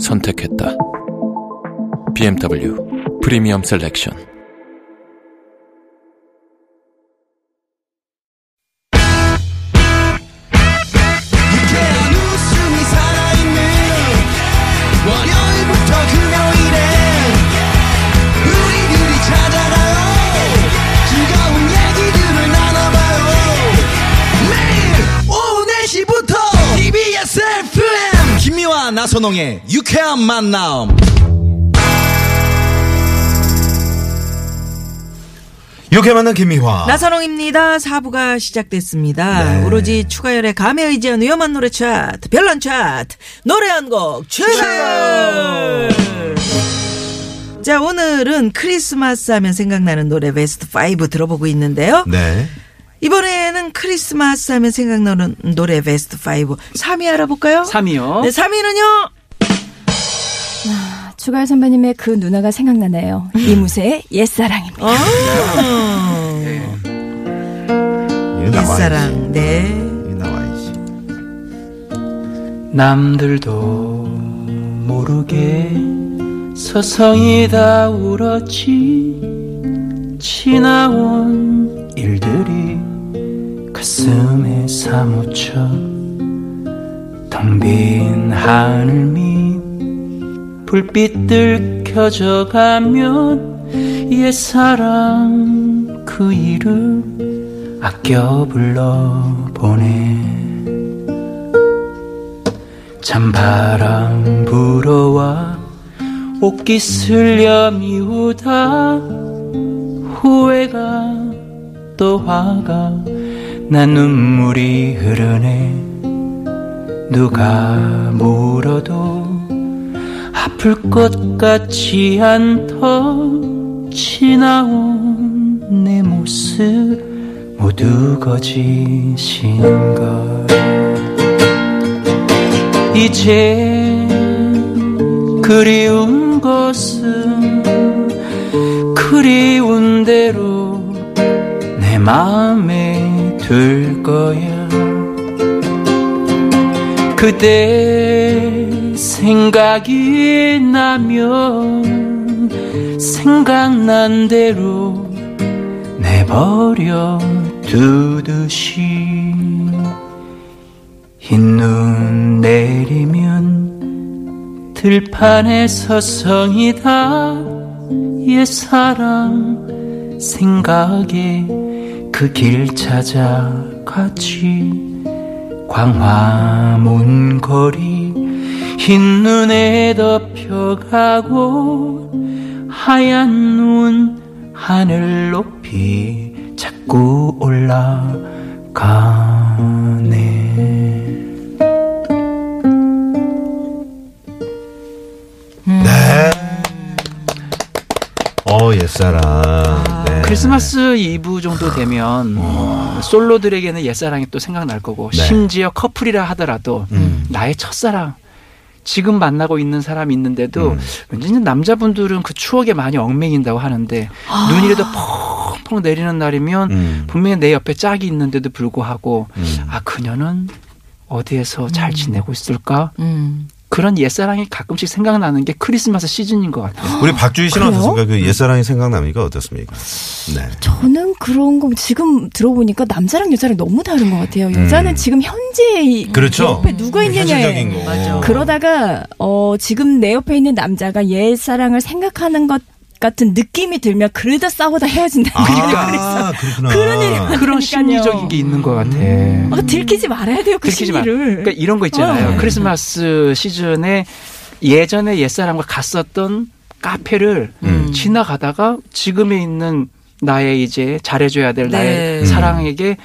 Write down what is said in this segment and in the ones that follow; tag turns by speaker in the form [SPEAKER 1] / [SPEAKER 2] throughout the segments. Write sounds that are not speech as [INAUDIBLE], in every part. [SPEAKER 1] 선택했다. BMW 프리미엄 셀렉션.
[SPEAKER 2] 유쾌한 웃음이 살아있는 월요일부터 금요일에 우리들이 찾아가요 즐거운 얘기들을 나눠봐요 매일 오후 4시부터 TBS FM 김미와 나선홍의 유쾌한 만남
[SPEAKER 3] 이렇게 만난 김미화.
[SPEAKER 4] 나선홍입니다. 사부가
[SPEAKER 3] 네.
[SPEAKER 4] 시작됐습니다. 오로지 추가열의 감에 의지한 위험한 노래 차트, 별난 차트, 노래 한 곡 출발! 자, 오늘은 크리스마스 하면 생각나는 노래 베스트 5 들어보고 있는데요.
[SPEAKER 3] 네.
[SPEAKER 4] 이번에는 크리스마스 하면 생각나는 노래 베스트 5. 3위 알아볼까요?
[SPEAKER 5] 3위요.
[SPEAKER 4] 네, 3위는요?
[SPEAKER 6] 추가열 선배님의 그 누나가 생각나네요. 이무세의 옛사랑입니다.
[SPEAKER 3] 이거 나와야지.
[SPEAKER 4] 옛사랑, 네.
[SPEAKER 3] 이거 나와야지.
[SPEAKER 5] 남들도 모르게 서성이 다 울었지 지나온 일들이 가슴에 사무쳐 텅 빈 하늘 밑 불빛들 켜져가면 옛사랑 그 이름 아껴 불러보네 찬바람 불어와 옷깃을려 미우다 후회가 또 화가 난 눈물이 흐르네 누가 물어도 아플 것 같지 않던 지나온 내 모습 모두 거짓인 걸 이제 그리운 것은 그리운 대로 내 마음에 들 거야 그대 생각이 나면 생각난 대로 내버려 두듯이 흰눈 내리면 들판에 서성이다 옛사랑 생각에 그 길 찾아갔지 광화문 거리 흰눈에 덮여가고 하얀 눈 하늘 높이 자꾸 올라가네
[SPEAKER 3] 네. 어, 옛사랑. 네.
[SPEAKER 5] 크리스마스 이브 정도 되면 솔로들에게는 옛사랑이 또 생각날 거고
[SPEAKER 3] 네.
[SPEAKER 5] 심지어 커플이라 하더라도
[SPEAKER 6] 음.
[SPEAKER 5] 나의 첫사랑 지금 만나고 있는 사람이 있는데도
[SPEAKER 6] 음.
[SPEAKER 5] 왠지 남자분들은 그 추억에 많이 얽매인다고 하는데
[SPEAKER 6] 아.
[SPEAKER 5] 눈이라도 펑펑 내리는 날이면
[SPEAKER 3] 음.
[SPEAKER 5] 분명히 내 옆에 짝이 있는데도 불구하고
[SPEAKER 6] 음.
[SPEAKER 5] 아 그녀는 어디에서 잘 지내고 있을까
[SPEAKER 4] 음.
[SPEAKER 5] 그런 옛사랑이 가끔씩 생각나는 게 크리스마스 시즌인 것 같아요.
[SPEAKER 3] 우리 박주희 씨는
[SPEAKER 6] 그래요?
[SPEAKER 3] 어떻습니까? 그 옛사랑이 생각납니까? 어떻습니까? 네.
[SPEAKER 6] 저는 그런 거 지금 들어보니까 남자랑 여자랑 너무 다른 것
[SPEAKER 5] 음.
[SPEAKER 6] 같아요. 여자는 지금 현재 이
[SPEAKER 3] 그렇죠.
[SPEAKER 7] 음,
[SPEAKER 6] 옆에 누가
[SPEAKER 3] 현실적인
[SPEAKER 6] 있느냐에
[SPEAKER 3] 거.
[SPEAKER 4] 음, 맞아.
[SPEAKER 6] 그러다가 어, 지금 내 옆에 있는 남자가 옛 사랑을 생각하는 것 같은 느낌이 들면 그러다 싸우다 헤어진다. [LAUGHS]
[SPEAKER 3] 아, 그렇구나.
[SPEAKER 6] 그런 일이
[SPEAKER 5] 그런
[SPEAKER 6] 그러니까요.
[SPEAKER 5] 심리적인 게 있는 것 같아.
[SPEAKER 6] 아, 들키지 말아야 돼요 그
[SPEAKER 5] 들키지 마.
[SPEAKER 6] 심리를.
[SPEAKER 5] 그러니까 이런 거 있잖아요.
[SPEAKER 3] 어.
[SPEAKER 5] 크리스마스 시즌에 예전에 옛사람과 갔었던 카페를
[SPEAKER 3] 음.
[SPEAKER 5] 지나가다가 지금에 있는 나의 이제 잘해줘야 될
[SPEAKER 4] 네.
[SPEAKER 5] 나의 사랑에게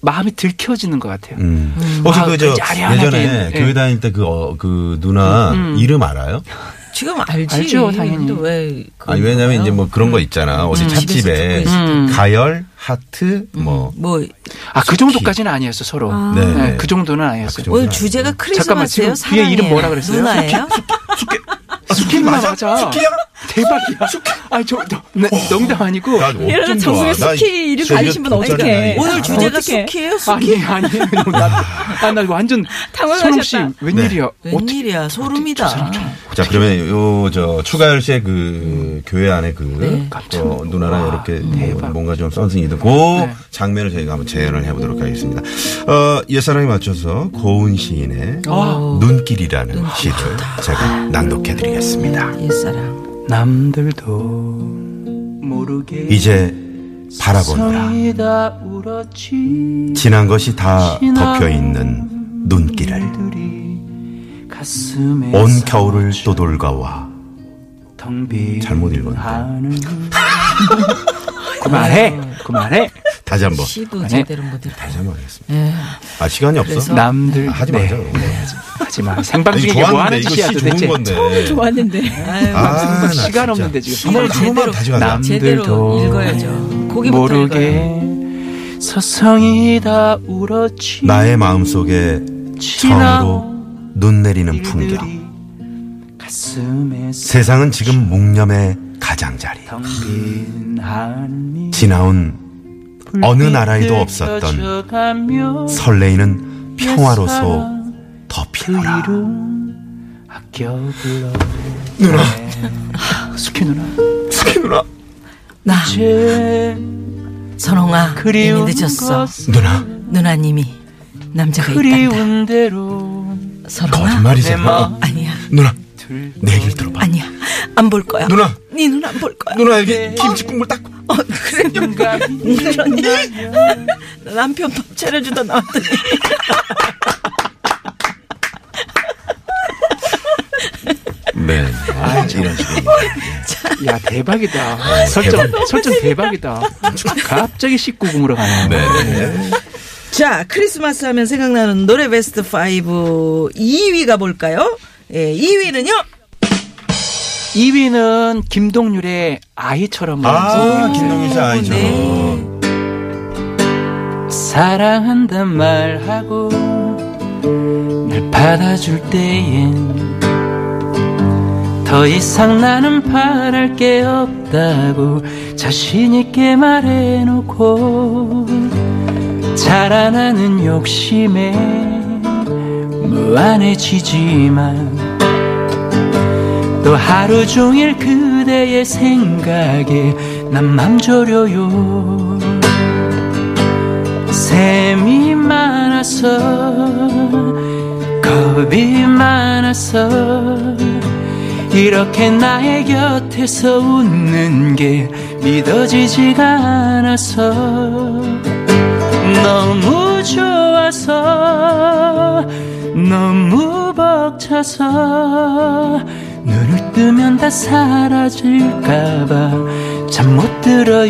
[SPEAKER 5] 마음이 들켜지는 것 같아요.
[SPEAKER 3] 음. 혹시
[SPEAKER 5] 아,
[SPEAKER 3] 그저
[SPEAKER 5] 그지, 아련하게.
[SPEAKER 3] 예전에
[SPEAKER 5] 예.
[SPEAKER 3] 교회 다닐 때 그 어, 그 누나 이름 알아요?
[SPEAKER 4] 지금 알지.
[SPEAKER 5] 알죠, 당연히.
[SPEAKER 4] 근데 왜
[SPEAKER 3] 아니 왜냐면 이제 뭐 그런 거 있잖아. 어디 찻집에
[SPEAKER 4] 음. 집에서
[SPEAKER 5] 듣고 있을 때.
[SPEAKER 3] 가열, 하트 뭐
[SPEAKER 4] 뭐
[SPEAKER 5] 아, 그 정도까지는 아니었어, 서로.
[SPEAKER 3] 네.
[SPEAKER 5] 네, 그 정도는
[SPEAKER 3] 아, 그
[SPEAKER 5] 아니었어요.
[SPEAKER 3] 정도.
[SPEAKER 4] 오늘 주제가
[SPEAKER 5] 잠깐만,
[SPEAKER 4] 크리스마스예요?
[SPEAKER 5] 지금 뒤에 이름 뭐라 그랬어요?
[SPEAKER 4] 누나예요?
[SPEAKER 5] 스킨 맞아? 스키야? 대박이야. 아, 저, 너, 네,
[SPEAKER 3] 어.
[SPEAKER 5] 농담 아니고.
[SPEAKER 6] 이러다 정수가 스키 이름 알리신 분 어떡해.
[SPEAKER 4] 오늘
[SPEAKER 6] 아,
[SPEAKER 4] 주제가
[SPEAKER 6] 어떡해.
[SPEAKER 4] 숙희예요? 숙희?
[SPEAKER 5] 아니, 아니. 나, 아, 나 완전.
[SPEAKER 6] 당황하셨다. 네.
[SPEAKER 5] 손 없이 웬일이야. 어떻게-
[SPEAKER 4] 웬일이야 소름이다.
[SPEAKER 3] 자 그러면 요 저 추가열 씨의 그 교회 안에 그
[SPEAKER 5] 깜짝
[SPEAKER 3] 어, 누나랑
[SPEAKER 5] 와,
[SPEAKER 3] 이렇게 뭐
[SPEAKER 5] 대박.
[SPEAKER 3] 뭔가 좀 썬승이 든고 장면을 저희가 한번 재현을 해보도록 하겠습니다. 어, 옛사랑에 맞춰서 고은 시인의 아. 눈길이라는 시를 제가 낭독해드리겠습니다.
[SPEAKER 4] 옛사랑.
[SPEAKER 5] 남들도 모르게.
[SPEAKER 3] 이제 네. 바라보느라
[SPEAKER 5] 성이다 울었지.
[SPEAKER 3] 지난 것이 다 덮여 있는 눈길을
[SPEAKER 5] 들이 가슴에
[SPEAKER 3] 온 겨울을 떠돌가와
[SPEAKER 5] 텅빈
[SPEAKER 3] 잘못 읽었네.
[SPEAKER 5] 하늘
[SPEAKER 3] [LAUGHS]
[SPEAKER 5] 그만해 그만해
[SPEAKER 3] 다시 한번
[SPEAKER 4] 시도
[SPEAKER 5] 아니.
[SPEAKER 4] 제대로 못 읽.
[SPEAKER 3] 다시 한번 하겠습니다. 아 시간이 없어?
[SPEAKER 5] 남들
[SPEAKER 3] 아, 하지
[SPEAKER 5] 네.
[SPEAKER 3] 마자. 그런 거.
[SPEAKER 5] 하지만 생방
[SPEAKER 3] 아니,
[SPEAKER 5] 중에 이게 뭐 하는 짓이야
[SPEAKER 3] 시
[SPEAKER 5] 도대체 뭐
[SPEAKER 3] 건데.
[SPEAKER 6] 좋았는데.
[SPEAKER 3] 아, 나
[SPEAKER 5] 시간
[SPEAKER 3] 진짜.
[SPEAKER 5] 없는데 지금
[SPEAKER 4] 정말
[SPEAKER 3] 한
[SPEAKER 4] 제대로
[SPEAKER 3] 번만 다시 가자.
[SPEAKER 4] 제대로
[SPEAKER 5] 남들도
[SPEAKER 4] 읽어야죠. 고기부터 읽어요.
[SPEAKER 5] 모르게 서성이다 울었지
[SPEAKER 3] 나의 마음 속에 처음으로 눈 내리는
[SPEAKER 5] 일들이
[SPEAKER 3] 풍경.
[SPEAKER 5] 가슴에
[SPEAKER 3] 세상은 지금 묵념의 가장자리.
[SPEAKER 5] 텅빈 하늘
[SPEAKER 3] 지나온 어느 나라에도 없었던
[SPEAKER 5] 펼쳐가며
[SPEAKER 3] 설레이는 평화로서 덮이노라.
[SPEAKER 5] 이름 아껴 불러 누나 아, 숙희 누나
[SPEAKER 3] 스키 누나,
[SPEAKER 4] 나
[SPEAKER 5] 제
[SPEAKER 4] 선홍아 이미
[SPEAKER 5] 그리운
[SPEAKER 4] 늦었어.
[SPEAKER 5] 것
[SPEAKER 3] 누나
[SPEAKER 4] 누나님이 남자가 있단다.
[SPEAKER 5] 그리운 대로
[SPEAKER 4] 선홍아
[SPEAKER 3] 거짓말이잖아.
[SPEAKER 4] 아니야
[SPEAKER 3] 어, 누나, 내 얘기를 들어봐.
[SPEAKER 4] 아니야 안 볼 거야.
[SPEAKER 3] 누나.
[SPEAKER 4] 네 눈 안 볼 [LAUGHS] 거야.
[SPEAKER 3] 누나에게 김치 국물 딱.
[SPEAKER 4] 어, 그래. 그러니 남편 밥 차려주다 나왔더니
[SPEAKER 3] 네. 아, 이런 식으로.
[SPEAKER 5] 야 대박이다 설정 설정 대박이다 갑자기 19금으로 가네
[SPEAKER 3] [LAUGHS] 네.
[SPEAKER 4] 자, 크리스마스 하면 생각나는 노래 베스트 5 2위가 뭘까요? 예, 2위는요?
[SPEAKER 5] 2위는 김동률의 아이처럼
[SPEAKER 3] 아, 김동희 씨 아이죠.
[SPEAKER 4] 네.
[SPEAKER 5] 사랑한다 말하고 날 받아줄 때엔 더 이상 나는 바랄 게 없다고 자신 있게 말해놓고 자라나는 욕심에 무안해지지만 또 하루 종일 그대의 생각에 난 맘 졸여요 샘이 많아서 겁이 많아서 이렇게 나의 곁에서 웃는 게 믿어지지가 않아서 너무 좋아서 너무 벅차서 눈을 뜨면 다 사라질까봐 잠 못 들어요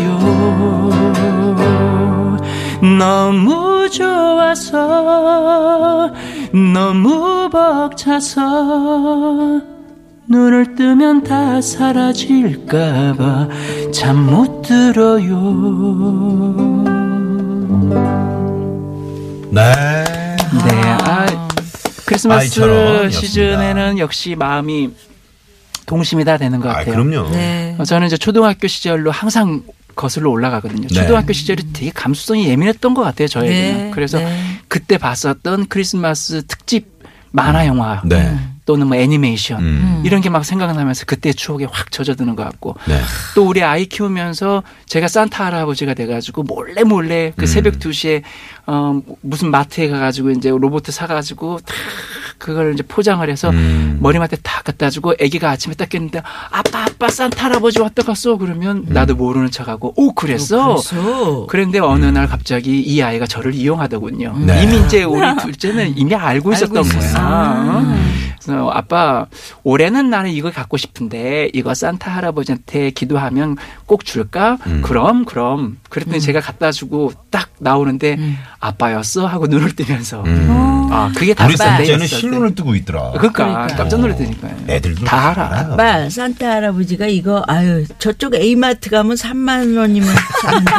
[SPEAKER 5] 너무 좋아서 너무 벅차서 눈을 뜨면 다 사라질까봐 잠 못 들어요
[SPEAKER 3] 네.
[SPEAKER 5] 네, 아, 크리스마스
[SPEAKER 3] 아이처럼이었습니다.
[SPEAKER 5] 시즌에는 역시 마음이 동심이 다 되는 것
[SPEAKER 3] 아,
[SPEAKER 5] 같아요.
[SPEAKER 3] 그럼요.
[SPEAKER 4] 네.
[SPEAKER 5] 어, 저는 이제 초등학교 시절로 항상 거슬러 올라가거든요.
[SPEAKER 3] 네.
[SPEAKER 5] 초등학교 시절이 되게 감수성이 예민했던 것 같아요, 저에게는.
[SPEAKER 4] 네,
[SPEAKER 5] 그래서
[SPEAKER 4] 네.
[SPEAKER 5] 그때 봤었던 크리스마스 특집 만화 영화
[SPEAKER 3] 네.
[SPEAKER 5] 또는 뭐 애니메이션
[SPEAKER 3] 음.
[SPEAKER 5] 이런 게 막 생각나면서 그때 추억에 확 젖어드는 것 같고
[SPEAKER 3] 네.
[SPEAKER 5] 또 우리 아이 키우면서 제가 산타 할아버지가 돼가지고 몰래 몰래 그 새벽 2시에 어 무슨 마트에 가가지고 이제 로봇 사가지고 탁 그걸 이제 포장을 해서 머리맡에 다 갖다 주고 아기가 아침에 딱 깼는데 아빠 아빠 산타 할아버지 왔다 갔어 그러면 나도 모르는 척하고 오 그랬어
[SPEAKER 4] 그래서
[SPEAKER 5] 그런데 어느 날 갑자기 이 아이가 저를 이용하더군요.
[SPEAKER 3] 네.
[SPEAKER 5] 이미 이제 우리 둘째는 이미 알고 있었던 거야. 어? 그래서 아빠 올해는 나는 이걸 갖고 싶은데 이거 산타 할아버지한테 기도하면 꼭 줄까?
[SPEAKER 3] 음.
[SPEAKER 5] 그럼 그럼. 그랬더니
[SPEAKER 4] 음.
[SPEAKER 5] 제가 갖다 주고 딱 나오는데 아빠였어 하고 눈을 뜨면서 아 그게 다
[SPEAKER 3] 음. 우리
[SPEAKER 5] 아빠였어.
[SPEAKER 3] 셋째는 실눈을 뜨고 있더라.
[SPEAKER 5] 그러니까, 깜짝 놀랐다니까요.
[SPEAKER 3] 애들도
[SPEAKER 5] 다 알아. 네.
[SPEAKER 4] 아빠 산타 할아버지가 이거 아유 저쪽 A마트 가면 3만 원이면 사는데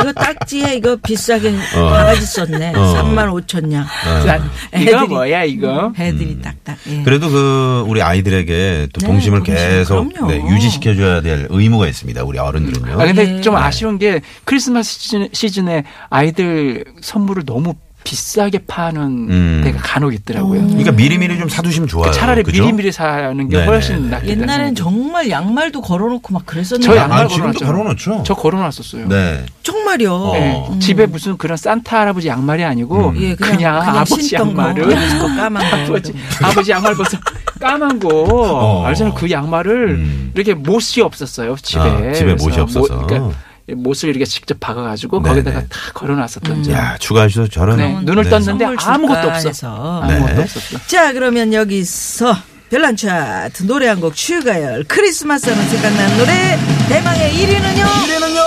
[SPEAKER 4] 이거 딱지에 이거 비싸게 바가지 썼네
[SPEAKER 3] 어.
[SPEAKER 4] 3만 5천냥 [LAUGHS]
[SPEAKER 5] 난 이거
[SPEAKER 4] 애들이- 음.
[SPEAKER 5] 뭐야 이거?
[SPEAKER 4] 애들이 딱딱 예.
[SPEAKER 3] 음. 그래도 그 우리 아이들에게 또
[SPEAKER 4] 네,
[SPEAKER 3] 동심을
[SPEAKER 4] 동심,
[SPEAKER 3] 계속
[SPEAKER 4] 그럼요.
[SPEAKER 3] 네, 유지시켜줘야 될 의무가 있습니다. 우리 어른들은요.
[SPEAKER 5] 아 근데
[SPEAKER 4] 예.
[SPEAKER 5] 좀 아쉬운 게 크리스마스 시즌, 시즌에 아이들 선물을 너무 비싸게 파는
[SPEAKER 3] 음.
[SPEAKER 5] 데가 간혹 있더라고요.
[SPEAKER 4] 음.
[SPEAKER 3] 그러니까 미리미리 좀 사두시면 좋아요.
[SPEAKER 5] 그러니까 차라리
[SPEAKER 3] 그죠?
[SPEAKER 5] 미리미리 사는 게
[SPEAKER 3] 네네.
[SPEAKER 5] 훨씬 낫겠다.
[SPEAKER 4] 옛날엔 정말 양말도 걸어놓고 막 그랬었는데
[SPEAKER 5] 저
[SPEAKER 3] 아,
[SPEAKER 5] 양말
[SPEAKER 3] 지금도
[SPEAKER 5] 걸어놨죠.
[SPEAKER 3] 걸어놓죠.
[SPEAKER 5] 저 걸어놨었어요.
[SPEAKER 3] 네.
[SPEAKER 4] 정말요
[SPEAKER 5] 네.
[SPEAKER 3] 어.
[SPEAKER 5] 집에 무슨 그런 산타 할아버지 양말이 아니고
[SPEAKER 4] 음.
[SPEAKER 3] 음.
[SPEAKER 4] 예,
[SPEAKER 5] 그냥, 아버지
[SPEAKER 4] 신던 거,
[SPEAKER 5] 양말을
[SPEAKER 4] 그거 뭐, 까만 거
[SPEAKER 5] 아버지, 아버지 양말 벗어 까만 거.
[SPEAKER 3] 어.
[SPEAKER 5] 알잖아요. 그 양말을
[SPEAKER 3] 음.
[SPEAKER 5] 이렇게 못이 없었어요. 집에.
[SPEAKER 3] 아, 집에
[SPEAKER 5] 그래서
[SPEAKER 3] 못이 없어서.
[SPEAKER 5] 못, 그러니까 못을 이렇게 직접 박아가지고
[SPEAKER 3] 네네.
[SPEAKER 5] 거기다가 다 걸어놨었던 점.
[SPEAKER 3] 야, 추가하셔서 저런.
[SPEAKER 5] 네, 눈을
[SPEAKER 3] 네.
[SPEAKER 5] 떴는데
[SPEAKER 4] 음. 선물 줄까
[SPEAKER 5] 아무것도 없어.
[SPEAKER 4] 해서.
[SPEAKER 5] 아무것도
[SPEAKER 3] 네.
[SPEAKER 5] 없었어.
[SPEAKER 4] 자 그러면 여기서 별난 차트 노래 한 곡 추가열 크리스마스 하면 생각나는 노래 대망의 1위는요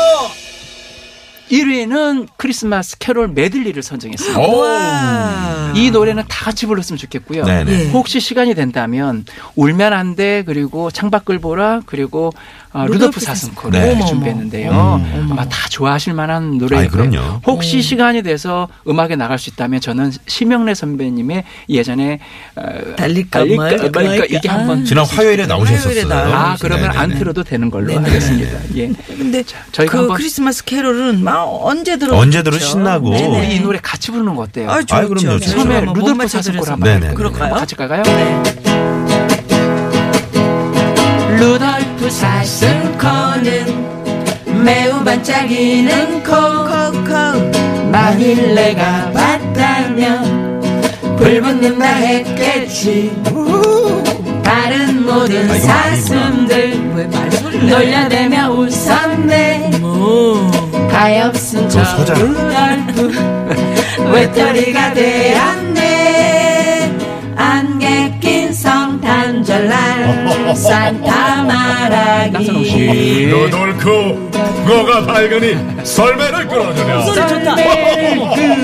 [SPEAKER 5] 1위는 크리스마스 캐롤 메들리를 선정했습니다.
[SPEAKER 3] 오!
[SPEAKER 5] 이 노래는 다 같이 불렀으면 좋겠고요.
[SPEAKER 3] 네네.
[SPEAKER 4] 예.
[SPEAKER 5] 혹시 시간이 된다면 울면 안 돼 그리고 창밖을 보라 그리고 어,
[SPEAKER 4] 루돌프
[SPEAKER 5] 루돌프 사슴코를
[SPEAKER 3] 사슴코.
[SPEAKER 5] 이렇게
[SPEAKER 4] 어머머.
[SPEAKER 5] 준비했는데요. 아마 다 좋아하실 만한
[SPEAKER 3] 네. 음. 아이,
[SPEAKER 5] 노래예요.
[SPEAKER 3] 그럼요.
[SPEAKER 4] 음.
[SPEAKER 5] 혹시 시간이 돼서 음악에 나갈 수 있다면 저는 심영래 선배님의 예전에 어,
[SPEAKER 4] 달릴까 말까 그러니까. 말까.
[SPEAKER 5] 이게 한번
[SPEAKER 3] 지난 화요일에 나오셨었어요.
[SPEAKER 4] 화요일에 나와요.
[SPEAKER 5] 아 그러면
[SPEAKER 3] 네네네. 네,
[SPEAKER 5] 안 틀어도 되는 걸로 하겠습니다. 예.
[SPEAKER 4] 근데
[SPEAKER 5] 저희가
[SPEAKER 4] 그
[SPEAKER 5] 한번-
[SPEAKER 4] 크리스마스 캐롤은 막 언제 들어
[SPEAKER 3] 언제 들어도 신나고.
[SPEAKER 4] 네네.
[SPEAKER 5] 우리 이 노래 같이 부르는 거 어때요?
[SPEAKER 4] 아, 좋죠. 뭐,
[SPEAKER 3] 아이, 그럼요, 좋죠.
[SPEAKER 5] 처음에
[SPEAKER 4] 한번 못
[SPEAKER 5] 루돌프
[SPEAKER 4] 맞춰
[SPEAKER 5] 사슴코를
[SPEAKER 4] 드려서.
[SPEAKER 5] 한번
[SPEAKER 3] 네네네.
[SPEAKER 4] 그럴까요?
[SPEAKER 5] 같이 갈까요?
[SPEAKER 4] 네.
[SPEAKER 5] 루돌프 사슴코는 매우 반짝이는
[SPEAKER 4] 콕콕콕
[SPEAKER 5] 마닐레가
[SPEAKER 4] 봤다면
[SPEAKER 5] 불붙는
[SPEAKER 4] 나 했겠지 다른 모든
[SPEAKER 3] 아, 이거 사슴들
[SPEAKER 4] 왜 말소리를 놀려
[SPEAKER 7] 내며 웃었네 가엾은
[SPEAKER 3] 저 서장.
[SPEAKER 4] [LAUGHS]
[SPEAKER 7] 외톨이가 되었네 안개 낀 성탄절날
[SPEAKER 4] 네.
[SPEAKER 7] 산타
[SPEAKER 5] 낯선
[SPEAKER 7] 말하기
[SPEAKER 5] 씨.
[SPEAKER 8] 루돌크 뭐가 밝으니 설매를 끌어주며
[SPEAKER 7] 썰매를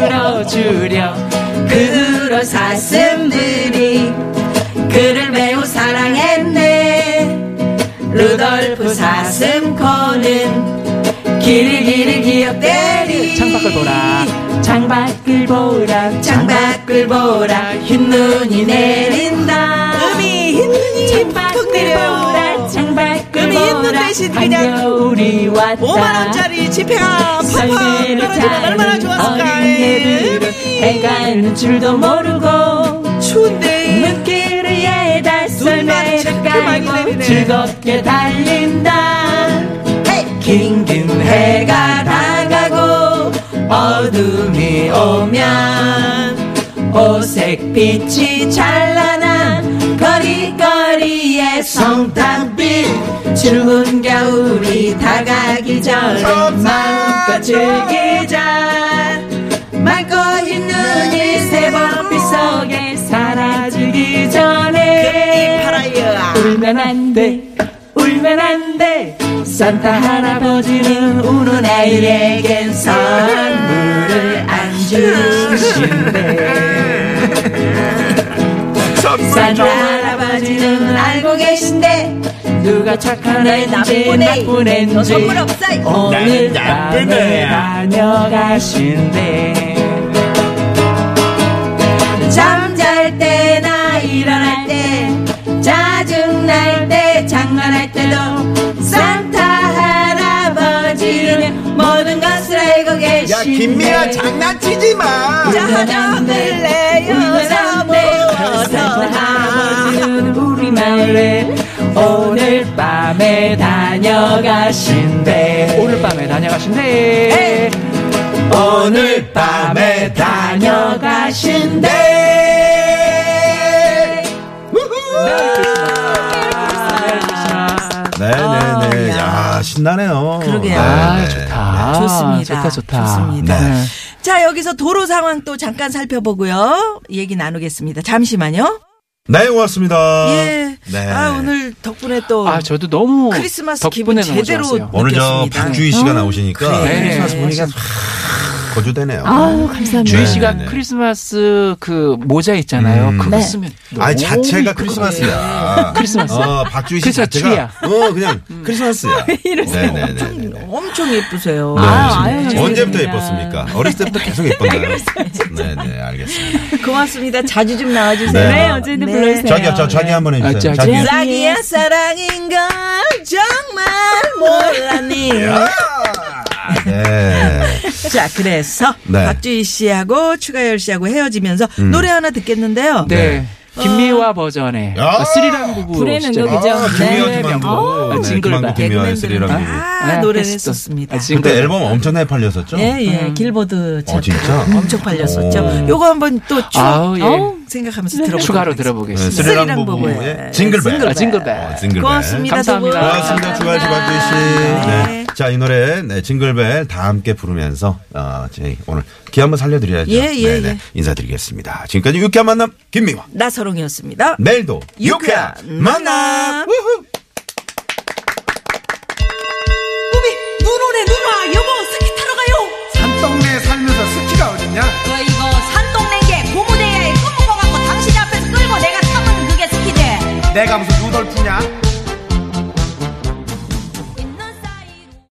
[SPEAKER 7] 끌어주려 그로 사슴들이 그를 매우 사랑했네 루돌프 사슴코는 길을 길을 기억되리
[SPEAKER 5] 창밖을 보라.
[SPEAKER 7] 창밖을 보라 창밖을 보라 흰눈이 내린다
[SPEAKER 4] 음이 흰눈이 푹
[SPEAKER 7] 창밖을 보라
[SPEAKER 4] 내려요
[SPEAKER 7] 창밖을
[SPEAKER 4] 음이 흰눈
[SPEAKER 7] 보라
[SPEAKER 4] 대신 그냥
[SPEAKER 7] 한겨울이 왔다
[SPEAKER 4] 5만원짜리 지폐가 팍팍
[SPEAKER 7] 설매를
[SPEAKER 4] 떨어지면 얼마나
[SPEAKER 7] 타는
[SPEAKER 4] 좋았을까
[SPEAKER 7] 어린애들은 해가 있는 줄도 모르고
[SPEAKER 4] 추운데
[SPEAKER 7] 눈길을 에다
[SPEAKER 4] 자꾸
[SPEAKER 7] 설매를
[SPEAKER 4] 많이 내리네.
[SPEAKER 7] 깔고 즐겁게 달린다 긴긴 해가 다가고 어둠이 오면 오색빛이 찬란한 거리거리에 성탄빛 추운 겨울이 다가기 전에 마음껏 즐기자 맑고 흰 눈이 새벽빛 속에 사라지기 전에 울면 안 돼, 울면 안 돼. 산타 할아버지는 우는 아이에겐 선물을 안
[SPEAKER 4] 네.
[SPEAKER 7] 주신대. 산타 할아버지는 알고 계신데 누가 착한
[SPEAKER 4] 네,
[SPEAKER 7] 애인지 나쁜 애인지 오늘 밤에 다녀가신대. 잠잘 때나 일어날 때 짜증 날 때 장난할 때도 산타 할아버지는 모든 것을 알고 계신데 야 김미아 장난치지 마 짜증을 내요 산타 할아버지는 우리 마을에 오늘 밤에 다녀가신대 네.
[SPEAKER 5] 오늘 밤에 다녀가신대.
[SPEAKER 7] 오늘 밤에 다녀가신대.
[SPEAKER 3] 네네네. 야, 신나네요.
[SPEAKER 4] 그러게요.
[SPEAKER 5] 아,
[SPEAKER 3] 네네.
[SPEAKER 5] 좋다.
[SPEAKER 4] 좋습니다.
[SPEAKER 5] 좋다, 좋다.
[SPEAKER 4] 좋습니다.
[SPEAKER 5] 네.
[SPEAKER 4] 자, 여기서 도로 상황 또 잠깐 살펴보고요. 얘기 나누겠습니다. 잠시만요.
[SPEAKER 3] 네, 고맙습니다.
[SPEAKER 4] 예. 아 오늘 덕분에 또
[SPEAKER 5] 어, 네. 아 저도 너무
[SPEAKER 4] 크리스마스 기분
[SPEAKER 5] 덕분에 너무
[SPEAKER 4] 제대로
[SPEAKER 5] 좋았어요.
[SPEAKER 3] 오늘 저
[SPEAKER 4] 느꼈습니다.
[SPEAKER 3] 박주희 씨가 나오시니까
[SPEAKER 4] 그래.
[SPEAKER 3] 크리스마스
[SPEAKER 5] 네.
[SPEAKER 3] 분위기가 확 거주되네요.
[SPEAKER 6] 아우 감사합니다.
[SPEAKER 5] 주희
[SPEAKER 3] 네,
[SPEAKER 5] 씨가
[SPEAKER 3] 네, 네.
[SPEAKER 5] 크리스마스 그 모자 있잖아요. 그거
[SPEAKER 6] 네.
[SPEAKER 5] 쓰면
[SPEAKER 3] 아
[SPEAKER 5] 너무
[SPEAKER 3] 자체가
[SPEAKER 5] 이쁘거든요.
[SPEAKER 3] 크리스마스야.
[SPEAKER 5] 크리스마스.
[SPEAKER 3] 어, 박주희 씨
[SPEAKER 5] 그래서
[SPEAKER 3] 자체가 어 그냥 크리스마스야.
[SPEAKER 6] 이러세요?
[SPEAKER 3] 네네네.
[SPEAKER 4] 엄청 예쁘세요.
[SPEAKER 5] 네.
[SPEAKER 6] 아, 아유, 감사합니다.
[SPEAKER 3] 언제부터 예뻤습니까? 어렸을 때부터 계속 예뻤나요? 네네 알겠습니다.
[SPEAKER 4] 고맙습니다. 자주 좀 나와주세요.
[SPEAKER 3] 네. 네,
[SPEAKER 6] 언제든 불러주세요.
[SPEAKER 3] 자기야 저 자기 한번
[SPEAKER 5] 아,
[SPEAKER 3] 해주세요.
[SPEAKER 5] 자기.
[SPEAKER 3] 자기.
[SPEAKER 4] 짝이야 사랑인 걸 정말 몰랐니?
[SPEAKER 3] 네.
[SPEAKER 4] 자 그래서
[SPEAKER 3] [LAUGHS] 네. 음.
[SPEAKER 4] 박주희 씨하고 추가열 씨하고 헤어지면서 노래 하나 듣겠는데요.
[SPEAKER 5] 네. 김미화 버전의 그
[SPEAKER 3] 아!
[SPEAKER 5] 스리랑 부부
[SPEAKER 6] 불의
[SPEAKER 5] 시절.
[SPEAKER 6] 능력이죠.
[SPEAKER 3] 아, 김미화 김만보.
[SPEAKER 5] 아,
[SPEAKER 3] 네,
[SPEAKER 5] 징글바.
[SPEAKER 3] 김만보 김미화의 스리랑
[SPEAKER 4] 아,
[SPEAKER 3] 부부.
[SPEAKER 4] 노래를
[SPEAKER 5] 했어.
[SPEAKER 4] 했었습니다.
[SPEAKER 5] 아, 음.
[SPEAKER 3] 그때
[SPEAKER 5] 징글바.
[SPEAKER 3] 앨범 엄청나게 팔렸었죠? 네,
[SPEAKER 4] 예, 예. 길보드 차트
[SPEAKER 3] 아, 진짜?
[SPEAKER 4] 엄청 팔렸었죠.
[SPEAKER 3] 오.
[SPEAKER 4] 요거 한번 또 추,
[SPEAKER 5] 아우, 예.
[SPEAKER 4] 어? 생각하면서 들어보도록
[SPEAKER 5] 추가로
[SPEAKER 4] 하겠습니다.
[SPEAKER 3] 네,
[SPEAKER 5] 들어보겠습니다.
[SPEAKER 3] 스리랑
[SPEAKER 4] 스리랑
[SPEAKER 3] 부부의
[SPEAKER 4] 부부의
[SPEAKER 3] 징글벨.
[SPEAKER 5] 아, 예. 징글벨.
[SPEAKER 3] 어, 징글벨.
[SPEAKER 4] 고맙습니다. 두
[SPEAKER 5] 감사합니다.
[SPEAKER 4] 분.
[SPEAKER 3] 고맙습니다. 주가지 박주희 씨. 네. 자, 이 노래, 네, 징글벨 다 함께 부르면서, 어, 저희 오늘 기 한번 살려드려야죠.
[SPEAKER 4] 예, 예,
[SPEAKER 3] 네네.
[SPEAKER 4] 예.
[SPEAKER 3] 인사드리겠습니다. 지금까지 유쾌한 만남, 김미화.
[SPEAKER 4] 나서롱이었습니다.
[SPEAKER 3] 내일도 유쾌한
[SPEAKER 4] 유쾌한
[SPEAKER 3] 만남!
[SPEAKER 4] 만남.
[SPEAKER 3] 우후.
[SPEAKER 7] 눈오네 누나 여보 스키 타러 가요
[SPEAKER 9] 산동네에 살면서 스키가 어딨냐?
[SPEAKER 7] 너 이거 산동냉게 고무대에 꾸물고 갖고 당신 앞에서 끌고 내가 타면 그게 스키대
[SPEAKER 9] 내가 무슨 루돌프냐?